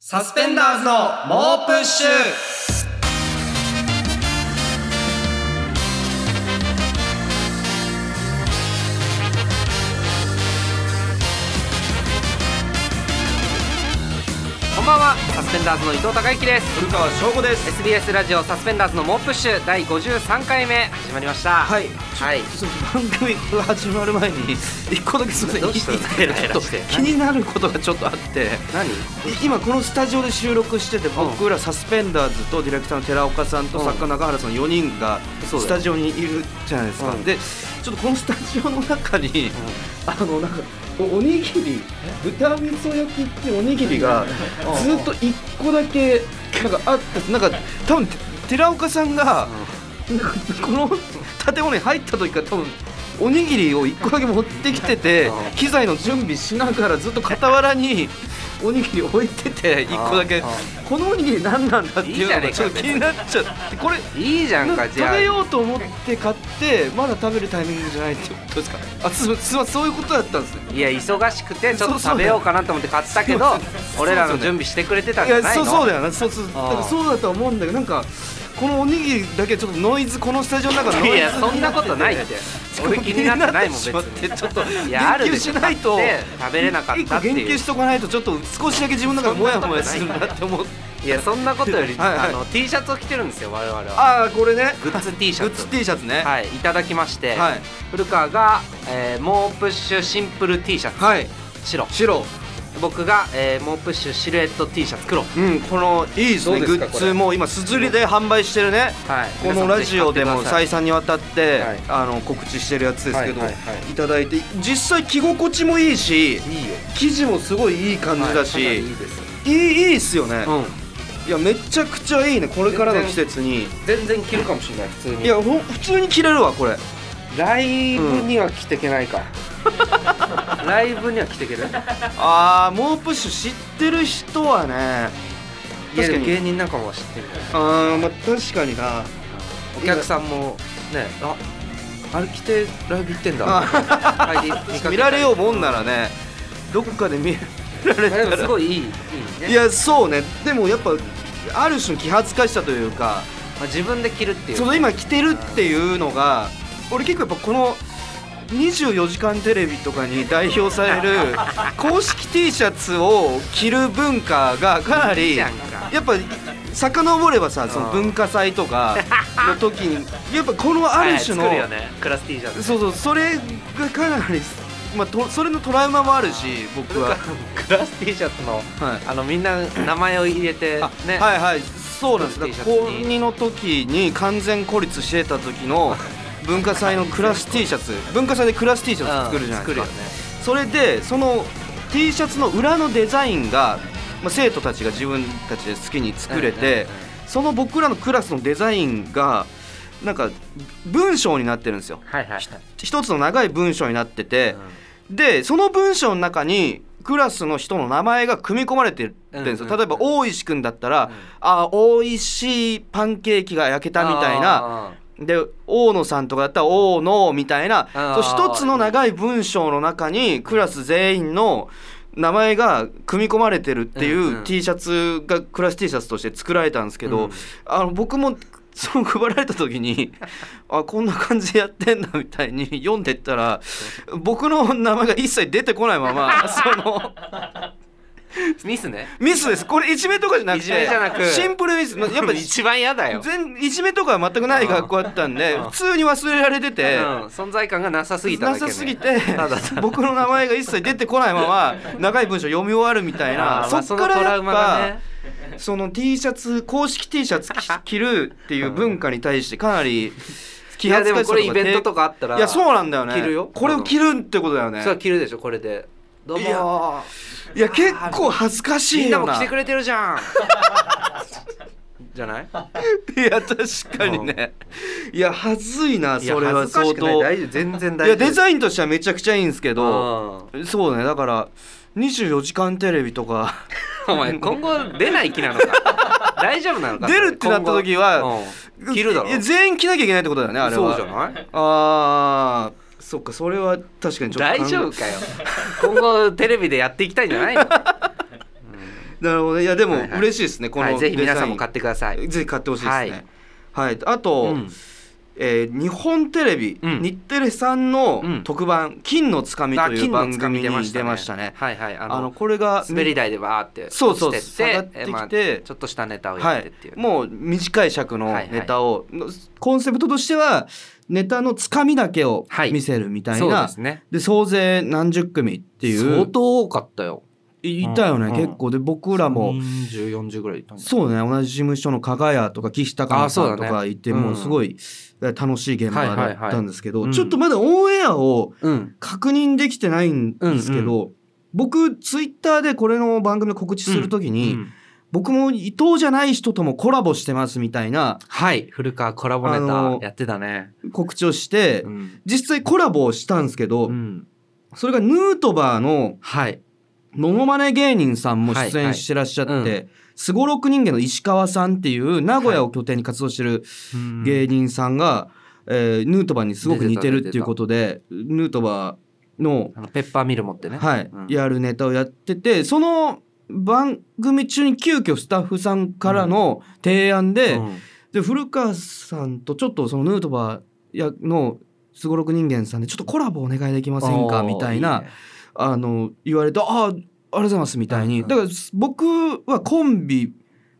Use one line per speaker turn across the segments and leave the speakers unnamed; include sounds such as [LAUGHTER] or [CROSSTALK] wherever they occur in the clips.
サスペンダーズの猛プッシュ
こんばんはサスペンダーズの伊藤孝之です
古川翔吾です
SBS ラジオサスペンダーズの猛プッシュ第53回目始まりました
はい
はい
ちょっと番組が始まる前に一個だけすみません
どうした
いいですか
ヘラヘラ
ちょっ
し
[LAUGHS]
て
と気になることがちょっとあって
何
い今このスタジオで収録してて僕らサスペンダーズとディレクターの寺岡さんと
うん
作家中原さんの4人が
そうだよ
スタジオにいるじゃないですか、
うん
でちょっとこのスタジオの中に、あのなんかおおにぎり豚味噌焼きっておにぎりがずっと1個だけなんかあったなんか多分寺岡さんがなんかこの建物に入った時から多分おにぎりを1個だけ持ってきてて
うん
機材の準備しながらずっと傍らにおにぎり置いてて1個だけ
うん
このおにぎり何なんだっていうの
い
が
い
ち
じゃ
ょっ
ねえか
と気になっちゃってこれ
いいじゃん
な
か
んか
じゃ
食
あ
べようと思って買ってまだ食べるタイミングじゃないってことですかあすすまそういうことだったんですね
いや忙しくてちょ
そう
っと
そう
食べようかなと思って買ったけど
そうそう
俺らの準備してくれてたんじゃない
そ
の
うそうだよなそうそうだ
ああ
からそうだとは思うんだけどなんかこのおにぎりだけちょっとノイズこのスタジオの中のノイ
い
ズ
やそんなことないって俺気になってないもん別
しまって
に
ちょっと
い
言
やある
及
でし
し
ょ
ないと
だって食べれなかったっていう
一個言及しとかないとちょっと少しだけ自分の中でモヤモヤするなって思って
いやそんなことより、
はいはい
あの T シャツを着てるんですよ我々は [LAUGHS]
ああこれね
グッズ T シャ
グ
ツ
ッズ T シャツね
はいいただきまして、
はい
古川が、えー、モープッシュシンプル T シャツ
はい
白
白
僕が、えー、モープッシュシルエット T シャツ黒はい
うんこのいいですね
どう
グ
ですか
ッズも今すずりで販売してるねこのラジオでも再三にわたって、
はい
あの告知してるやつですけど、
はい
い
はいはい
ただいて実際着心地もいいし
いいよ
生地もすごいいい感じだし、い、
いいです
いいいっすよね、
うん
いやめちゃくちゃいいねこれからの季節に
全然着るかもしれない普通に
いやほん普通に着れるわこれ
ライブには着てけないか、ライブには着てける
あー猛プッシュ知ってる人はね確か
確
に
かに芸人なんかも知ってるから
あーまあ確かにな
お客さんもねああれ着てライブ行ってんだ
あ [LAUGHS]
帰りかけた
見
り
られようもんならねどっかで見られ
いや
た
でもす
ら
ごいいいいいね
いやそうねでもやっぱある種の気恥ずかしさというか
まあ、自分で着るっていう
その今着てるっていうのが俺結構やっぱこの『24時間テレビ』とかに代表され
[LAUGHS]
る公式 T シャツを着る文化がかない
い
り
じ
や
ゃんか
っぱ遡ればさその文化祭とかの時
[LAUGHS]
にやっぱこのある種の
はいはい作るよねクラス T
[LAUGHS]
シャツ
そうそうそれがかなり、まあ、とそれのトラウマもあるし僕は。
クラス T シャツの
はい
あのみんな名前を入れて
あ
ね、
はいはいそうなんですだから
T シャツ
高
に
2の時に完全孤立してた時
[LAUGHS]
の文化祭のクラス T シャツ文化祭でクラス T シャツ作るじゃないですか、
うん作るよね
それでその T シャツの裏のデザインが、まあ、生徒たちが自分たちで好きに作れて、
うんうんうん
その僕らのクラスのデザインがなんか文章になってるんですよ
はいはいはい
一つの長い文章になってて、
うん
でその文章の中にクラスの人の名前が組み込まれてるんですよ、
うんうんうん
例えば大石君だったら「
ん
あ大石パンケーキが焼けた」みたいな
あ
で大野さんとかだったら「大野」みたいなそ
あ
う
ー
一つの長い文章の中にクラス全員の名前が組み込まれてるってい
ん
う
う
うん T シャツがクラス T シャツとして作られたんですけど、
うん
あの僕もその配られた時
[LAUGHS]
にあこんな感じでやってんだみたいに読んでったら僕の名前が一切出てこないまま
[LAUGHS]
その
ーミスね
ミスですこれいじめとかじゃなくて
いじめじゃなく
シンプルミスまあやっぱり
一番嫌だよ、
全いじめとかは全くない学校だったんで
うん
普通に忘れられてて。
うん、存在感がなさすぎただ
な
け、ね、
さすぎて、
ただただ
僕の名前が一切出てこないま
[LAUGHS]
ま長い文章読み終わるみたいな、
あーまあ
そっから
そのトラ
や
ウ
っ
マが
ぱ
ね
その T シャツ公式 T シャツ着
[LAUGHS]
着るっていう文化に対してかなり
い
気
や
恥ず
で
か
も
しさ
これイベント
と
とかあった
からいやそうなんだよね
着るよ
これを着るってことだよね
それは着るでしょこれでどう
い
も
やーいや結構恥ずかし
み
い
んな
よ
も
な
来てくれてるじゃんじゃない
[LAUGHS] いや確かにねいや恥ずいなそれは相当い
丈夫全然
やデ
イン
ザインとしてはめちゃくちゃいいんですけどそうねだから24時間テレビとか
お前今後出ない気な
[LAUGHS]
のか大丈夫 [LAUGHS] なのか
出るってなった時は
今後うん着るだろ
いや全員着なきゃいけないってことだよねあれ
そ
は
うじゃない
あーそっかそれは確かにちょっと [LAUGHS]
大丈夫かよ今後テレビでやっていきたいんじゃないの
なるほどねいやでも
はいはい
嬉しいですねこ
は
の
い、ぜひ皆さん
デザ
も
イ
買ってください
ン。ぜひ買ってほしいですねはい、あ
う
と、
ん
えー日本テレビ、
うん
日テレさんの
うん
特番「金のつかみ」と
あ
いう
金の
番
つかみ
組に
出
出
ま
ま
し
した
ね
たね
はいはいあ
あ
の
のこれが
滑り台でわーって
そうそう
落ちてって
下がってきて
えまあちょっとしたネタをやってっていう、
はい、もう短い尺のネタを、のコンセプトとしてはネタのつかみだけを
はい
見せるみたいな、
そうで
です
ね
総勢何十組っていう
相当多かったよ
いいたよね、
うん
結構で僕らも、
3040ぐらいいたんだ
そうね同じ事務所の加賀谷とか岸高野さんと
あそうだ
かいて、
うん
もうすごい楽しい現場
はい
だ
はいはい
ったんですけど、
うん
ちょっとまだオンエアを
うん
確認できてないんですけど、僕ツイッターでこれの番組の告知するときに、
うん
僕も伊藤じゃない人ともコラボしてますみたいな
はい古川コラボ
あ
ネ
の
タやってたね、
告知をして、
うん
実際コラボをしたんですけど、
うん
それがヌートバーの
はい
モノマネ芸人さんも出演してらっしゃって、
はいはい
すごろく人間の石川さんっていう名古屋を拠点に活動してる芸人さんが、えーヌートバーにすごく似てるっていうことでヌートバーの、
あのペッパーミル持ってね
はい
うん
やるネタをやっててその番組中に急遽スタッフさんからの提案で,、
うん
で古川さんとちょっとそのヌートバーやのすごろく人間さんでちょっとコラボお願いできませんかみたいな
ね
あの言われて「ああありがとうございます」みたいに、
うんうん
だから僕はコンビ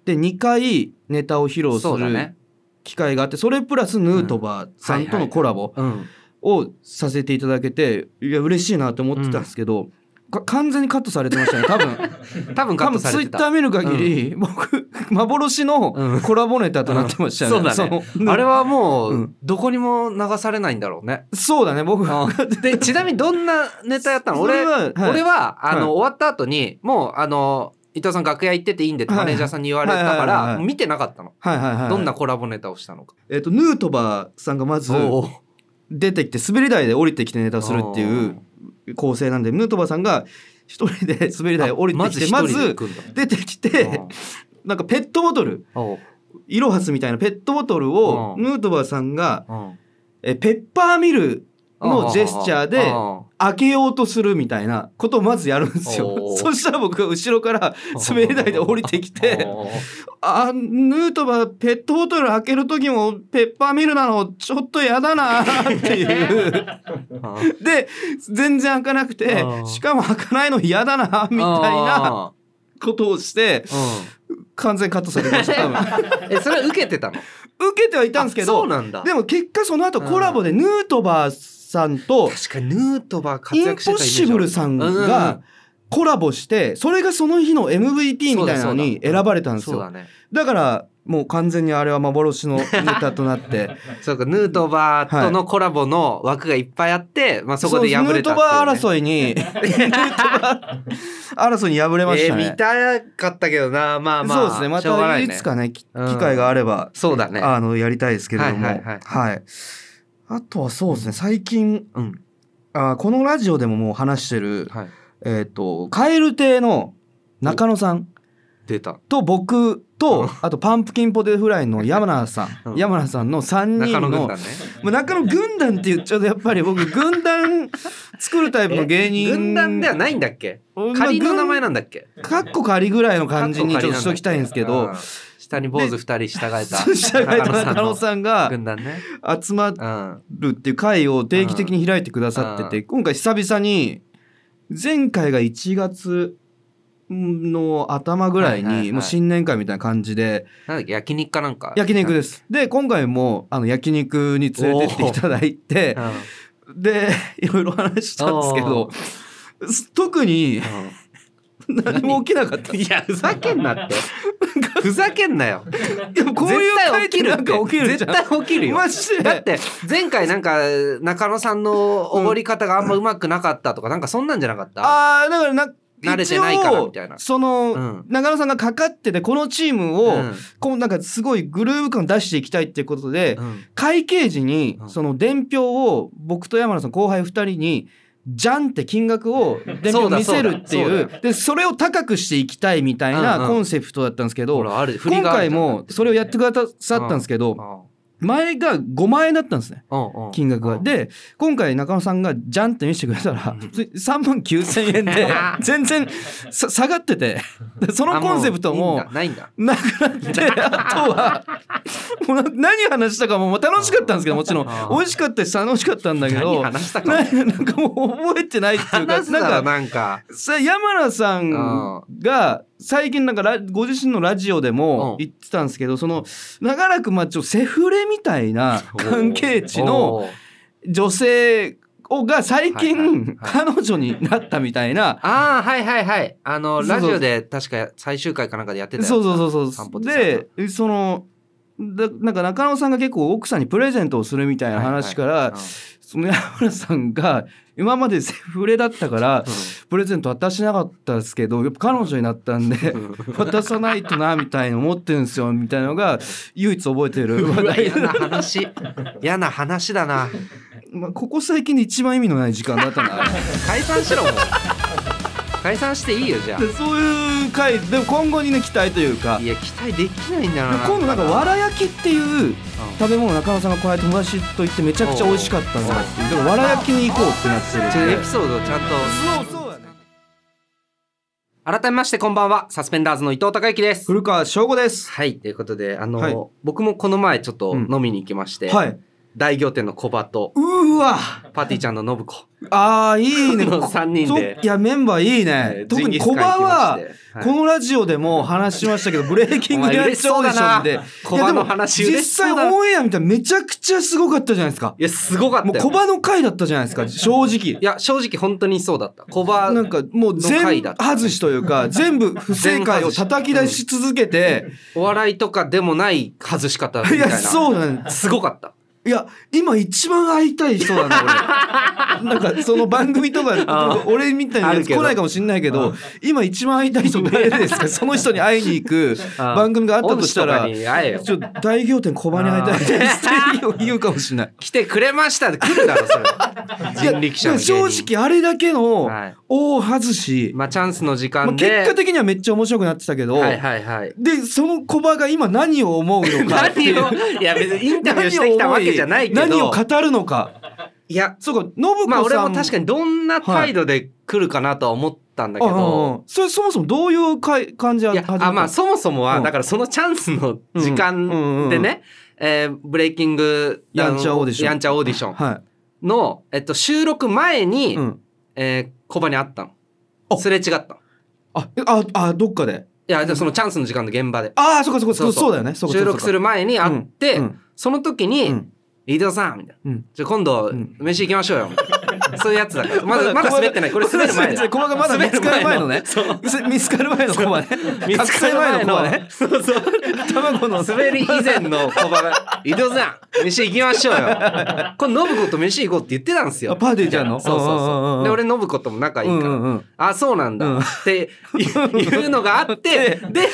で2回ネタを披露す
そうだ
る
ね
機会があってそ,、れプラスヌートバーさんとのコラボ
うん
をさせていただけていや嬉しいなと思ってたんですけど、か完全にカットされてましたね多分
多分カ
多
ット
分
さ
ツ
れ
イ
て
ッタ
た
ー見る限り、僕 [LAUGHS] 幻の
うん
コラボネタとなってましたよね。
うんそうだね
の
あれはも
う
うんどこにも流されないんだろうね。
[LAUGHS] そうだね僕は
でちなみにどんなネタやったの俺
それははい
俺はあの、
はい
終わった後にもうあの伊藤さん楽屋行ってていいんでってマネージャーさんに言われたか
はいはいはいはい
ら
はい
もう見てなかったの、
はいはいはい、
どんなコラボネタをしたのか。
えっとヌートバーさんがまず
おう
出てきて滑り台で降りてきてネタをするっていう構成なんでヌートバーさんが一人で滑り台降りてきて
あ
ま
まず
ず
一人で行くん
出
だ
てきてなんかペットボトル
おう
イロハスみたいなペットボトルを
うん
ヌートバーさんが
おう
えペッパーミルのジェスチャーで
おう
開けようとするみたいなことをまずやるんです
お
よ。[LAUGHS]
ー
そしたら僕が後ろから滑り台で降りてきて
おう
「あヌートバーペットボトル開ける時もペッパーミルなのちょっとやだな」っていう。で全然開かなくて
うん
しかも開かないの嫌だな [LAUGHS] みたいな
あ
ことをして
ー
完全カットされました
[LAUGHS]
多分
うんえそれは受けてた
[LAUGHS]
の
受けてはいたんですけ
あそう
ど
なんだ
でも結果その後コラボでヌートバーさんと
確かにヌートバー活
インポ
躍してたイメ
ッ
ージ
シブルさん
うんうん
がコラボしてそれがその日の MVP みたいなのに選ばれたんです
そうだ
よ
ね
だからもう完全にあれは幻のネタとなって
そうかヌートバーとのコラボの枠がいっぱいあって、まあ、そこで敗れた
そうヌートバー争い
[LAUGHS]
にヌートバー争いに敗れましたね
えー見たかったけどなまあまあ
そうですねま
しょうがな
た
い
い
ね
つかねき機
うん
会があれば、
そうだね
あのやりたいですけれども
は
はいい
はいはい
あとはそうですね最近
うん
あこのラジオでももう話してる
はい
えっ、と蛙亭の中野さん
出た
と僕
うん
とあとパンプキンポテトフライの山名さ
うん
ん山名さんの3
中
人
野
の
軍団ね
まあ中野軍団って言っちゃうとやっぱり僕軍団作るタイプの芸人
[LAUGHS] 軍団ではないんだっけ
まあ
仮の名前なんだっけ
軍かっこ仮ぐらいの感じにちょっとしときたいんですけ
う
ど
ん下に坊主二人従えた
そうしたら中野さんが
軍団ね
集まっ
うん
るっていう会を定期的に開いてくださってて、
う
今回久々に前回が1月の頭ぐらい
はいはいはい
にもう新年会みたいな感じで
なんだっけ焼肉かなんか
焼肉です。で今回もあの焼肉に連れてっていただいて
うんうん
でいろいろ話したんですけどす特に何も起きなかった。
いやふざけんなってふざけんな
[LAUGHS]
よ
でもこういう会ってなんか起きるじ
絶
ゃん。
対起きるよ
マジで
だって前回なんか中野さんのおごり方があんまうまくなかったとかなんかそんなんじゃなかった
ああだからな
慣れてないからみたいな
一応その、
うん
中野さんがかかっててこのチーム
う
を、
ん
こうなんかすごいグルーヴ感出していきたいっていうことで、
うん
会計時に
うん
その伝票を僕と山名さん後輩2人にじゃんって金額を伝
[LAUGHS] そ
票
うだ
見せるってい
そうだ
う
そう
でそれを高くしていきたいみたい
うんう
なんコンセプトだったんですけど、
ほらある振り
今
があ
回
るじゃん
もそれをやってくださったんですけど、
うん
前が5万円だったんですね
うんうん
金額が。で今回中野さんがジャンって見せてくれたら普通に3万9,000円
[LAUGHS]
で全然さ下がっててでそのコンセプトも
あういいんだないんだ
なくなって、あとは、もうな何話したかも、もう楽しかったんですけど、もちろん
あ。ー
美味しかったし、楽しかったんだけ
何
ど、 [LAUGHS] な
話した
な
か
んかもう覚えてないっていうか、
話すな
な
ら
んか、
なんか
さ山名さん
あ
が、最近なんかラ、ご自身のラジオでも
うん
言ってたんですけど、その、長らく、まあ、ちょっとセフレみたいな関係値の
おー
女性をが最
はいはい
近、彼女になったみたいな、
ああはいはいはいあの
そうそう
ラジオで確か最終回かなんかでやってたやつ
そうそうそう
散
そ
歩
う。
ってさ
で、その、だなんか中野さんが結構奥さんにプレゼントをするみたいな話から、
はいはい
その山村さんが今までセフレだったからプレゼント渡してなかったですけどやっぱ彼女になったんで
うん
渡さないとなみたいな思ってるんですよみたいなのが唯一覚えてる話
うわ
題
嫌な話
[LAUGHS]
嫌な話だな
まあここ最近で一番意味のない時間だった
[LAUGHS]
な
解散しろもう解散していいよじゃ
でそういう回でも今後にね期待というか
あい
で
や期待できないんだよな
今度なんかわら焼きっていう食べ物を中野さんがこうやって友達と行ってめちゃくちゃ美味しかったなっていうだからわら焼きに行こうってなってる
ちょっとエ
ん
ピ
で
ソードをちゃんと
そうそうだね
改めましてこんばんはサスペンダーズの伊藤孝之です
古川翔吾です
はいということであの、
はい
僕もこの前ちょっと
うん
飲みに行きまして、
はい
大行店の小バと
うーわ
パティちゃんの信子
あーいいね。
の3人で
そういや、メンバーいい
え
ね
ー。
特
ジンギ
に
ス
コ
カ
バ
ン行きま
は
して、はい
このラジオでも話しましたけど、ブレイキング
お前
リアリ
嬉
ティ
し
オ
そ
ー
う
ディ
だ
ション
な
で。
コバの話
いやでも
嬉しそう
実際
だな
オンエア見たらめちゃくちゃすごかったじゃないですか
い。やすごかった
も
よ
うコバの回だったじゃないですか、正直
い。や正直本当にそうだったコバ
なんかもう
の
全
回だった
外しというか、全部不正解を叩き出し続けて、
お笑いとかでもない外し方みた
い
いな
や、そうだね。
すごかった
いや、今一番会いたい人なん
[LAUGHS]
だ、俺。なんか、その番組と
あ
か
ー、
俺みたいなやつ
あるけ
来
ど
ないかもしんないけど、今一番会いたい人誰です
[LAUGHS]
かその人に会いに行く
あー
番組があったとしたら
オ、ズとかに会えよ
ちょっと大仰天小場に会いたいですって言うかもしんない。
来てくれましたって来るだろそれ [LAUGHS] 人力車の
いや
芸人
正直、あれだけの
はい
大外し、
まあチャンスの時
まあ
間で、
結果的にはめっちゃ面白くなってたけど、
はいはいはい
で、その小場が今何を思うのかってい
何
う。
[LAUGHS] をいや別にインタビューしてきたわけじゃないけど
何を語るのか。
いや
そうか、信子さん。
まあ俺も確かにどんな態度で来るかなとは思ったんだけど、
うんうんうんそれそもそもどういうかい感じで
いや
始めた
あまあそもそもは、
うん
だからそのチャンスの時間でね、えーブレイキング
やんちゃオーディション
やんちゃオーディション
は
の、えっと、収録前
い、
に、
うん、
えーコバに会った
あ
のすれ違ったのい
あえああどっかで
やじゃあそのチャンスの時間の現場で
ああそっかそっかそ
そうう
そ
そうう
だよねそうか
収録する前に会って、
うん
その
そ
時
う
に「
かうん
飯田さん」みたいな
うん
「じゃあ今度
ん
飯行きましょうよ」みたいなそういうやつだからまだまだ滑ってないこれ滑る前だ
コマがまだ見つかる前のね
そう
見つかる前のコマね
見つかる
覚醒前
前の
のコマね
そうそう
[LAUGHS] 卵の
滑り以前の小
[LAUGHS]
バが「伊藤さん飯行きましょうよ」これ信子と飯行こうって言ってたんです
あ
よ
パーティーちゃんの
そうそうそ
ん
うで
んん
俺信子とも仲いい
うん
か
う
ら
んうん
あそうなん
う
だ
ん
っていうのがあって
[LAUGHS]
で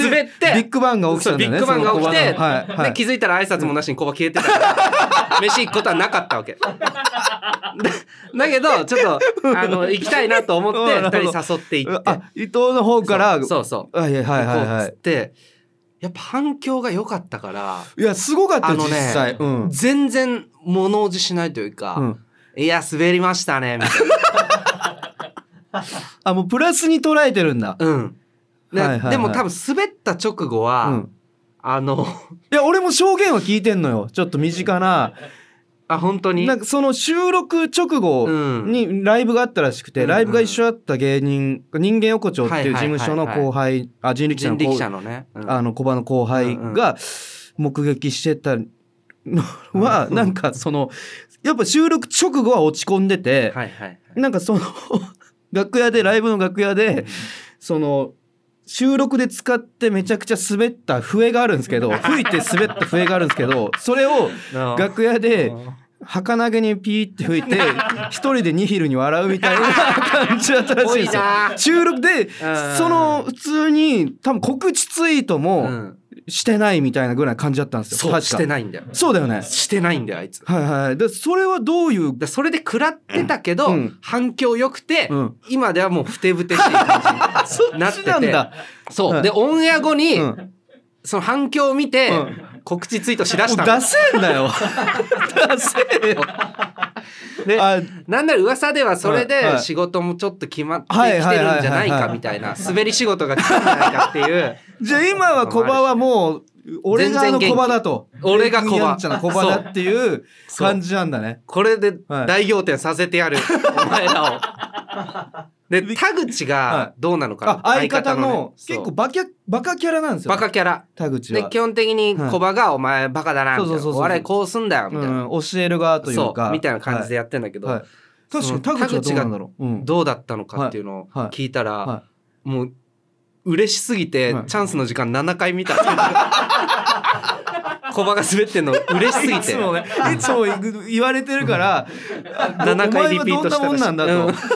滑っ
ビ
て
ッグバンが起きた
そ
んだ
うビ
よ
ッ
ね
グバンが起き
そ
て
のコマのはいはい
で気づいたら挨拶もなしに小バ消えてたから飯行くことはなかったわけだだけどちょっとあの行きたいなと思って
うんなるほど
2人誘って行って
あ伊藤の方から
そうそう
あいやはいはい
行こ
は
うっつっ
い
てやっぱ反響が良かったから
いやすごかった
あ
実
のね
際うん
全然物おじしないという
う
か
ん
「いや滑りましたね」みたいな
あもうプラスに捉えてるんだ
うん
[LAUGHS]
で
はいはいはい
でも多分滑った直後
う
は
ん
あの [LAUGHS]
いや、俺も証言は聞いてんのよ。ちょっと身近な。
あ本当に
なんかその収録直後にライブがあったらしくて、
うん
ライブが一緒だった芸人、人間横丁っていう事務所の後輩、あ、人力車の
人力
後
車
輩、
のね、うん
あの、小場の後輩が目撃してたのは、
うん
なんかその、やっぱ収録直後は落ち込んでて、
はいはい
なんかその [LAUGHS] 楽屋でライブの楽屋でその収録で使ってめちゃくちゃ滑った笛があるんですけど吹いて滑った笛があるんですけどそれを
はい
楽屋で
うん
儚げにピーって吹い
[LAUGHS]
て一人でニヒルに笑うみたいな [LAUGHS] 感じだったらしいんですよ
多いな。ー
収録で
ん
その普通に多分告知ツイート
う
も
ん
してないみたいなぐらいな感じだったんですよ。
そう
確
し
か
てないんだよ
そうだよね。
してないんだよあいつ
はいはい。でそれはどういう
だそれで食らってたけど、
うん
反響良くて、
うん
今ではもうふてぶてしい感
[LAUGHS]
じになって
なん
て
だ。
そう、
うん
でオンエア後に、
うん
その反響を見て、
うん
告知ツイートしだした
ダ
の
セえんだよダセえよ
で
あ
なんなら噂ではそれ
はいは
で
い
仕事もちょっと決まってき
はい
てる
はいはいはいはい
んじゃないかみたいな滑り仕事が来たんじゃないかっていう
じゃあ今はコバはもう俺があのコバだと
俺がコバ
やんちゃなコバだっていう
そう
感じなんだね
これで
はい
大仰天させてやる、お前らを。で田口
は
がどうなのかな、
あ相方
ね
の結構
そう
バキャバカキャラなんですよ
バカキャラ
田口
で
は
基本的に
はい
コバが「お前バカだな」みたい
そうそうそう
な「
そう
お笑いこうすんだよ」み
う
たいな、
ん教える側とい
そう
か
うみたいな感じでやってんだけど、
はいはい確かに田口はどうなんだろううん
どうだったのかっていうのを
はいはい
聞いたら、
は
もう嬉しすぎて、
はい
チャンスの時間7回見た [LAUGHS] コバが滑ってんの嬉しすぎ
い
て
つもねいつも言われてるから
7回リピートした
お前はどんなもんなんだと
うん [LAUGHS]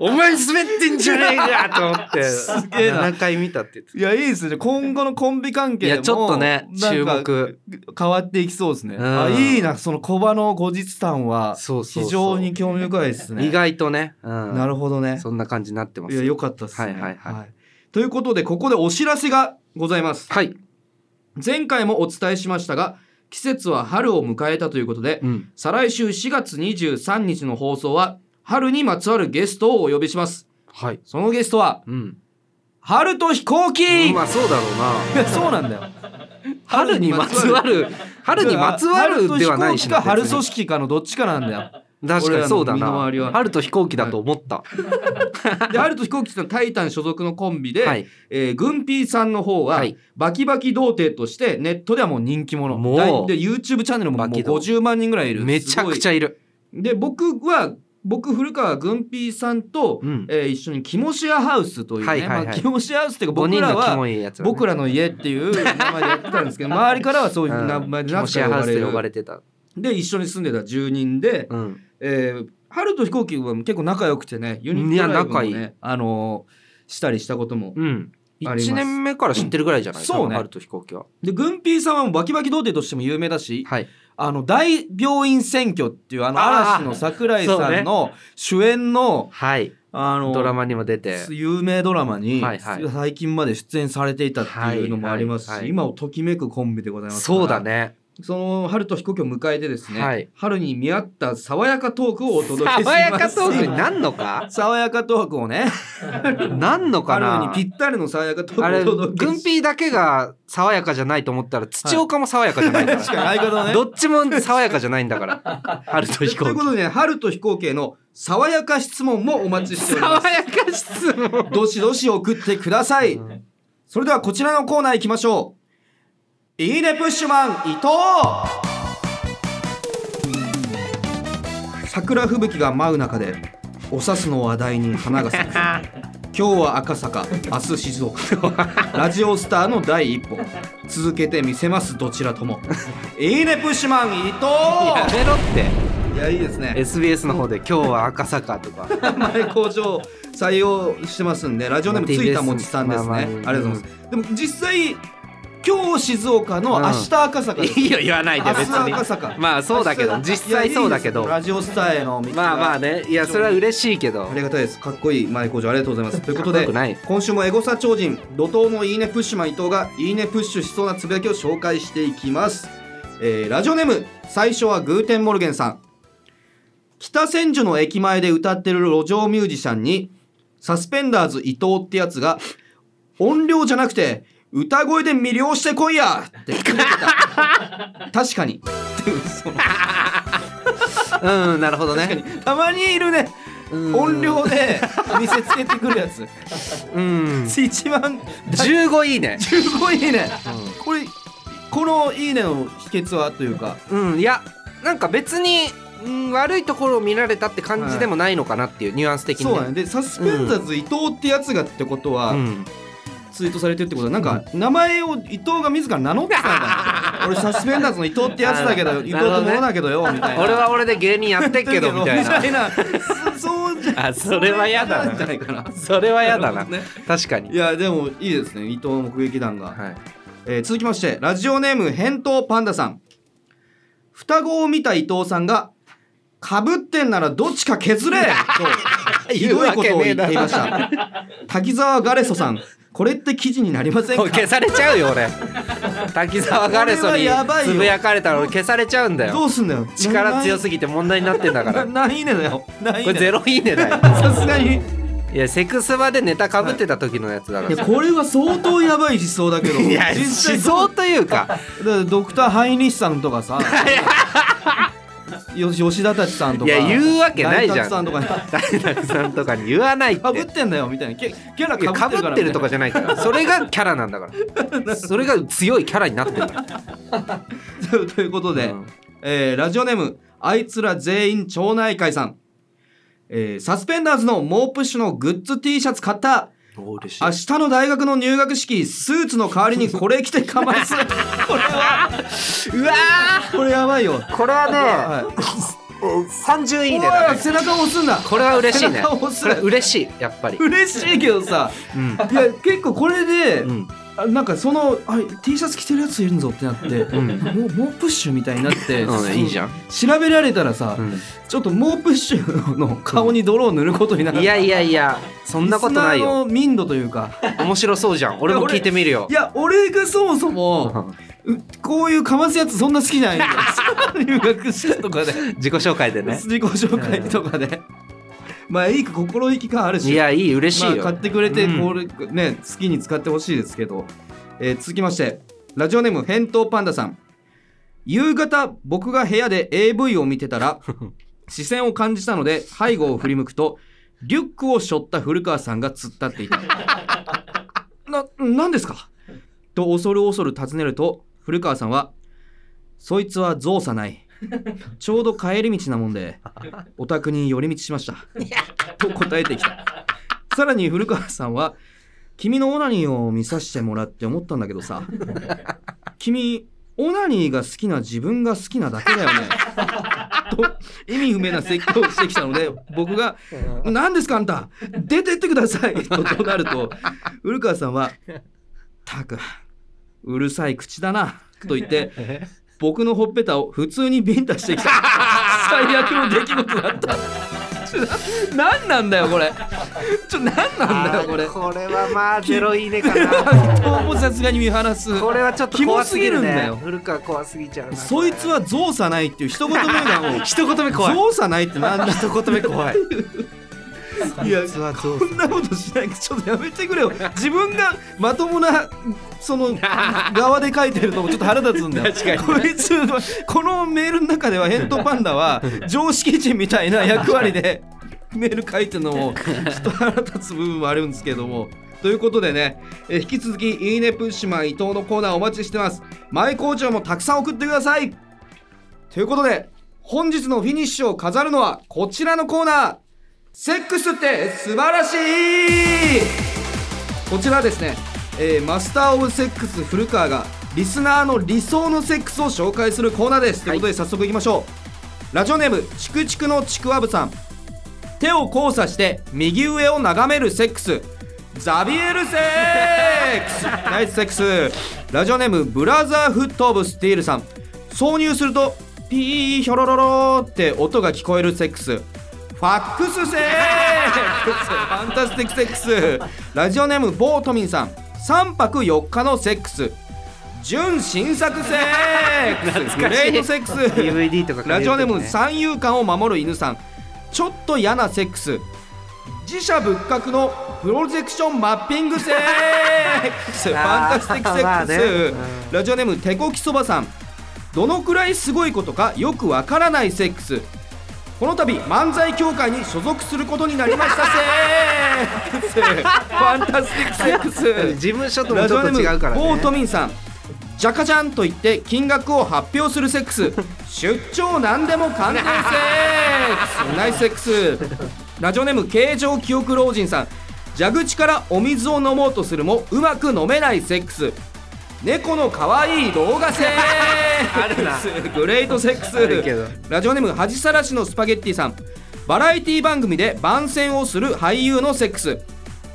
お前滑ってんじゃねえかと思って
すげえな
7回見たって言っ
[LAUGHS]
て
いやいいですね今後のコンビ関
い
係も
やちょっとね注
なんか
目
変わっていきそうですね
うん
あいいなその小場の後日談は
そうそうそう
非常に興味深いですね
意外とね、うん、
なるほどね
そんな感じになってま
い
す
や良かったですね
はいはいはい
ということでここでお知らせがございます
はい、
前回もお伝えしましたが季節は春を迎えたということで
うん、
再来週4月23日の放送は春にまつわるゲストをお呼びします
はい
そのゲストは
うん
春と飛行機、
まあそうだろうな。
いや [LAUGHS] そうなんだよ
春にまつわる、春にまつわるではないしな。
春と飛行機か春組
別
織かのどっちかなんだよ
に確かにそうだ
俺らの身の
な
回りは。
春と飛行機だと思った。
で春と飛行機っていうのはタイタン所属のコンビで、
はい。
えー、軍ピーさんの方は、
はい
バキバキ童貞としてネットではもう人気者
もう
大で YouTube チャンネルももう
バキ童
50万人ぐらいいる
めちゃくち
ゃ
ゃいる。
で僕は僕古川軍ピーさんと、
うん
えー一緒にキモシアハウスというね、
はいはいはい
まあ、キモシアハウスっていうか
5
僕
人
ら
のキ
は
モいやつ、ね。
僕
ら
らの家っていう名前でやってたんです
[LAUGHS]
けど周りからはそういう名前で
キ
な
モ
んか
シェア
呼
ハウ
ば
ス
れ
で
る
呼ばれてた。
で一緒に住んでた住人で、
うん。
えー春と飛行機は結構仲良くてねユニットライブも
いや仲い
ねあのーしたりしたことも
うん。
あります
1年目から知ってるぐらいじゃない
そうね
多分春と飛行機は。
で軍ピーさんはもうバキバキ童貞としても有名だし
はい。
あの大病院選挙っていうあの
あー
嵐の桜井さんの主演の
はい。
あの
ドラマにも出て。
有名ドラマに
はいはい
最近まで出演されていたっていうのもありますし、
はいはいはい
今をときめくコンビでございますから
そうだね。
その春と飛行機を迎えてですね、
はい
春に見合った爽やかトークをお届けします
爽やかトークになんのか
爽やかトークをね
なんのか
春
な
にぴったりの爽やかト
あれ、
ークをお届け
軍
し
ピーだけが爽やかじゃないと思ったら、土岡も爽やかじゃないから。
確かに相方ね
どっちも爽やかじゃないんだから。春と
と
飛
いう
行
ことで
機。
ね春と飛行機への爽やか質問もお待ちしております
爽やか質問。
どしどし送ってください、
うん
それではこちらのコーナー行きましょういいねプッシュマン伊藤桜吹雪が舞う中でおさすの話題に花が咲
[LAUGHS]
く今日は赤坂明日静岡ラジオスターの第一歩続けてみせますどちらと
[LAUGHS]
もいいねプッシュマン伊
や
藤
めろって。
いやいいですね
SBS の方で今日は赤坂とか。
前工場採用してますんでラジオネームついたもちさんですね、
まあ
あ
まあ
りがとうございます、でも実際今日静岡の
うん
明日赤坂です、
[LAUGHS] いいよ言わないで
明
別
日
に
赤。坂
まあそうだけど
明日
実際そうだけど
いやいいですラジオスターへの道が
まあまあね。いやそれは嬉しいけど
あ。りがたいですかっこいい前工場ありがとうござい [LAUGHS] ますということ
かっ
で
こよくない
今週もエゴサ超人怒涛のいいねプッシュマン伊藤がいいねプッシュしそうなつぶやきを紹介していきます、えーラジオネーム最初はグーテンモルゲンさん北千住の駅前で歌ってる路上ミュージシャンにサスペンダーズ伊藤ってやつが音量じゃなくて歌声で魅了してこいやって言って [LAUGHS] た確かに
うんなるほどね。
たまにいるね
うん
音。量で見せつけてくるやつ [LAUGHS]
うん。
一番
15いいね。
すごいね、これこの「いいね」の秘訣はというか
うんいやなんか別にうん悪いところを見られたって感じでもないのかなっていうニュアンス的にね。
そうだねでサスペンダーズ伊藤ってやつがってことは、
うん。
ツイートされてるってことはなんか名前を伊藤が自ら名乗ってたんだ
[LAUGHS]
俺サスペンダーズの伊藤ってやつだけど
なる
伊
ほど
藤ってものだけどよみたいな
俺は俺で芸人やってっけど
[LAUGHS]
みたいな。
なそそうじゃ
あ [LAUGHS] それは嫌だ
それは嫌なんじゃ [LAUGHS]
な
ないかな
それは嫌だな
るほどね
確かに
[LAUGHS] いやでもいいですね伊藤の目撃談が、
はい
えー続きましてラジオネーム返答パンダさん双子を見た伊藤さんが「かぶってんならどっちか
[LAUGHS]
削れ!」とひどいことを言っていました滝沢ガレソさんこれって記事になりませんか
消されちゃうよ俺滝沢ガレソに
これはやばいよ
つぶやかれたら俺消されちゃうんだ
ど
よ
うすんだよ
力強す
ぎ
ぎて問題になってんだからこ
何いいねだよ何いいね
れゼロいいねだよ
[LAUGHS] さすがに
いやセクスバでネタかぶってた時のやつだか
い
ら
やこれは相当やばい思想だけど
いや
実際
思想というか
だからドクターハイニッさんとか
[LAUGHS]
さよ吉田たちさんとか
いや言うわけないじゃ
大達
ん
さんとかか
誰々さんとかに言わないって
ぶってんだよみたいなキャキャラ
いや
か
か
ぶってるか
ぶっ
ら
てるとか
じ
じゃないからそれがキャラなんだからそれが強いキャラになってるんだよ
ゃ [LAUGHS] ということで、
うん
えーラジオネームあいつら全員町内会さん、えーサスペンダーズの猛プッシュのグッズ T シャツ買
[LAUGHS]
った
お嬉しい
明日の大学の入学式スーツの代わりにこれ着てか
[LAUGHS]
ますこれは
うわ
これやばいよ、
ーこれはね
は
30い
い、
いね
お
だ
い
ね
背中押すんだ
これは嬉しいね
背中押す
これ嬉しいやっぱり
嬉しいけどさ
うん
いや結構これで、
うん
あなんかそのあ T シャツ着てるやついるぞってなって、
ん
もう猛プッシュみたいになって、
うんいいじゃん
調べられたらさ、
うん
ちょっと猛プッシュの顔に泥を塗ることになる
いやいやいやそんなことないよ
リスナーの民度というか
面白そうじゃん俺も聞いてみるよ
いや俺がそもそもうこういうかますやつそんな好きじ
[LAUGHS]
ゃないんだよ [LAUGHS] 入学式とかで
自己紹介でね
自己紹介とかでまあいいか心意気感あるし
いやいい嬉しいよ、
まあ、買ってくれて、
うん
これね好きに使ってほしいですけど、えー続きましてラジオネーム返答パンダさん夕方僕が部屋で AV を見てた
[LAUGHS]
ら視線を感じたので背後を振り向くとリュックを背負った古川さんが突っ立ってい
[LAUGHS]
たな何ですかと恐る恐る尋ねると古川さんは「そいつは造作ない」
[LAUGHS]
ちょうど帰り道なもんでお宅に寄り道しましたと答えてきた [LAUGHS] さらに古川さんは「君のオナニーを見させてもらって思ったんだけどさ君オナニーが好きな自分が好きなだけだよね」と意味不明な説教をしてきたので僕が「何ですかあんた出てってください」と怒鳴ると古川さんは「たくうるさい口だな」と言って僕のほっぺたを普通にビンタして [LAUGHS] きた最悪の出来事だった。ちょな何なんだよこれちょ何なん [LAUGHS] だよこれ
これはまあゼロいいねかな
人もさすがに見放す
これはちょっと怖すぎる
キモすぎるんだ
ね
よ
古川怖すぎちゃうな
そいつは造作ないっていう [LAUGHS] 一言目がもう
一言目怖い
造作ないってなんだ
一言目怖い
いや
実はどう
こんなことしないちょっとやめてく [LAUGHS] れよ自分がまともなそ [LAUGHS] の側で書いてるのもちょっと腹立つんだよ
確
こいつはこのメールの中ではヘントパンダ [LAUGHS] は常識人みたいな役割 [LAUGHS] でメール書いてるのもちょっと腹立つ部分もあるんですけども。ということでね、えー引き続き、いいねプッシュマン伊藤のコーナーお待ちしてます。前校長もたくさん送ってくださいということで、本日のフィニッシュを飾るのはこちらのコーナーセックスって素晴らしいこちらはですね、えーマスター・オブ・セックス古川がリスナーの理想のセックスを紹介するコーナーです、ということで早速いきましょうラジオネームチクチクのちくわぶさん手を交差して右上を眺めるセックスザビエルセックスナイスセックスラジオネームブラザーフット・オブ・スティールさん挿入するとピーヒョロロローって音が聞こえるセックスファックスセックスファンタスティックセックスラジオネームボートミンさん3泊4日のセックス純新作セックスグ
懐かし
レ
い
ートセックス
DVD とか
ラ
借り
ジ
る
オネ
時
ー
ね
ム三遊間を守る犬さんちょっと嫌なセックス自社仏閣のプロジェクションマッピングセック
[LAUGHS]
スファンタスティックセックス、
まあね
ラジオネーム手こきそばさんどのくらいすごいことかよくわからないセックスこの度漫才協会に所属することになりましたセック
[LAUGHS]
スファンタスティックセックス
事務所とも
ラ
ち
ジ
ょ
オ
っ
ネ
と
ーム
違うからね
ボートミンさんジャカジャンと言って金額を発表するセックス [LAUGHS] 出張なんでも完全セックスナイスセックスラジオネーム形状記憶老人さん蛇口からお水を飲もうとするもうまく飲めないセックス猫の可愛い動 [LAUGHS] 画セックスグレートセック
あるけど
スラジオネーム恥さらしのスパゲッティさんバラエティ番組で番宣をする俳優のセックス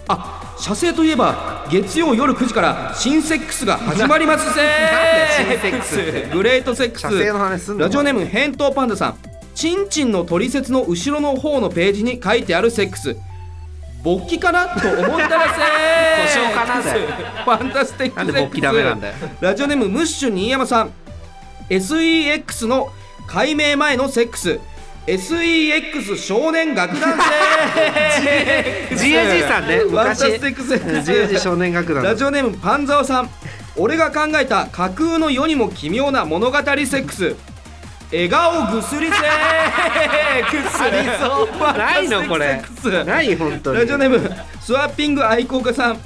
あ射精といえば月曜夜9時から新セックスが始まりますせ
なんで新セックスって
グレートセックス
射精の話すんの
ラジオネーム返答パンダさんチンチンのトリセツの後ろの方のページに書いてあるセックス勃起かなと思ったらせー
[LAUGHS] 故障かなだよ
ファンタスティック
なんで勃起ダメなんだよ
ラジオネームムッシュ新山さん SEX の解明前のセックス SEX 少年楽団生
GAG さんね
ファンタ
昔
スティックセックス
GAG 少年楽団
ラジオネームパンザワさん俺が考えた架空の世にも奇妙な物語セックス笑顔ぐすりセック [LAUGHS] ス
ないのこ
ファ
れ
ンタスティックセックス
ない本当に
ラジオネームスワッピング愛好家さん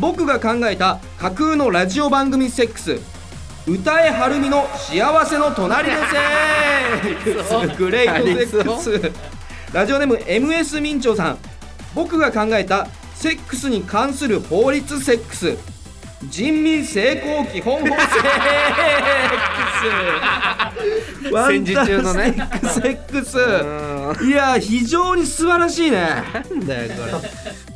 僕が考えた架空のラジオ番組セックス歌えはるみの幸せの隣でセックスグレイトセックスラジオネーム MS 明朝さん僕が考えたセックスに関する法律セックス人民性交基本法セックス
戦時中のね
ワンダーセックス
うん
いや非常に素晴らしいね
なんだよこれ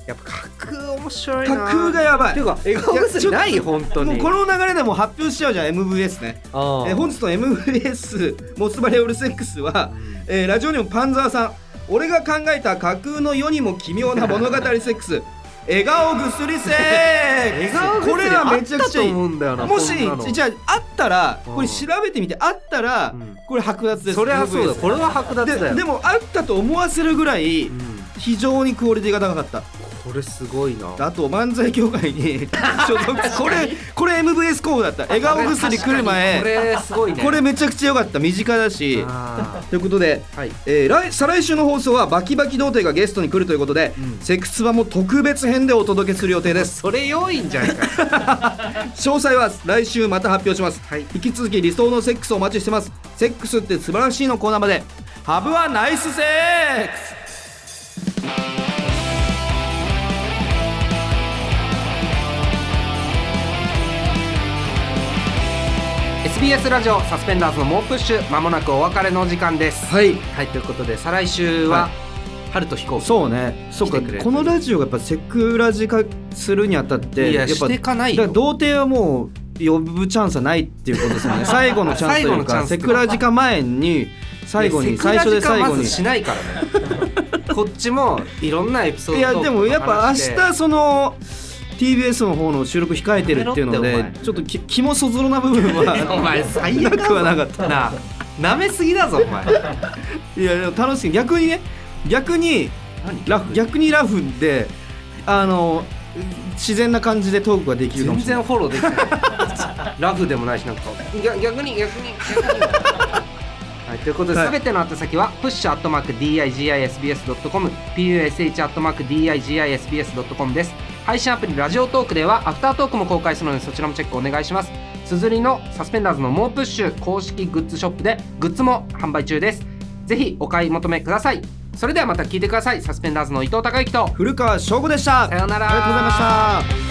やっぱ架空面白いな
架空がやばい
ていうか笑顔
いや
薬ない本当
もう
に
この流れでもう発表しちゃうじゃん MVS ね
ああ
えー本日の MVS モスバレオルセックスは、えーラジオネームパンザーさん俺が考えた架空の世にも奇妙な物語セック
[LAUGHS]
ス笑顔ぐすりセッ
笑
ク
顔
スこれはめちゃくちゃいい
あったと思うんだよな
も
こんなの
しじゃああったら
うん
これ調べてみてあったら
うん
これ剥奪です
それはそうだ
MVS
これは剥奪だよ
ででもあったと思わせるぐらい
うん
非常にクオリティが高かった
これすごいな
あと漫才協会
[LAUGHS]
に所属これこれ MVS 候補だった笑顔薬来る前
これすごいね
これめちゃくちゃ良かった身近だし
あ
ということで、
あはい
えー来再来週の放送はバキバキ童貞がゲストに来るということで、
うん
セックスバも特別編でお届けする予定です
[LAUGHS] それ良いんじゃないか
[LAUGHS] 詳細は来週また発表します、
はい
引き続き理想のセックスをお待ちしてますセックスって素晴らしいのコーナーまでハブはナイスセックス
い SBS ラジオサスペンダーズの猛プッシュまもなくお別れのお時間です
はい
はいということで再来週は
は
春と飛行機
そうねそうか
来てくれる
このラジオがやっぱセクラジ化するにあたって
いや
っぱ
してかない
だ
よ
から童貞はもう呼ぶチャンスはないっていうことですよ
[LAUGHS]
ね最後のチャンスとい
最後
う
のチャン
か
スっ
セ
て
ク
こと
ラ時間前に最後
い
に
やセク
最
ラ
初で
ジ化
最後
ま
に
ずしな
[LAUGHS]
いからねこっちもいろんなエピソー
い
ド
や
トーク
でもやっぱ
話して
明日その TBS の方の収録控えてるっていうの
やめろっ
で
てお前
ちょっとき気もそぞろな部分
[LAUGHS] お
は
前最悪
なくはなかった
だななめすぎだぞお前
いやでも楽しい逆にね逆にラフ逆にラフであの自然な感じでトークができるかも
全
しれな
然
い
フォローできないラフでもないしなんか逆逆に逆に逆
[LAUGHS]
にはい、ということで、
はい
すべての宛先は、push.digisbs.com、push.digisbs.com です。配信アプリ、ラジオトークでは、アフタートークも公開するので、そちらもチェックお願いします。すずりのサスペンダーズの猛プッシュ公式グッズショップで、グッズも販売中です。ぜひ、お買い求めください。それではまた聞いてください。サスペンダーズの伊藤孝之と、
古川翔吾でした
さようなら
ありがとうございました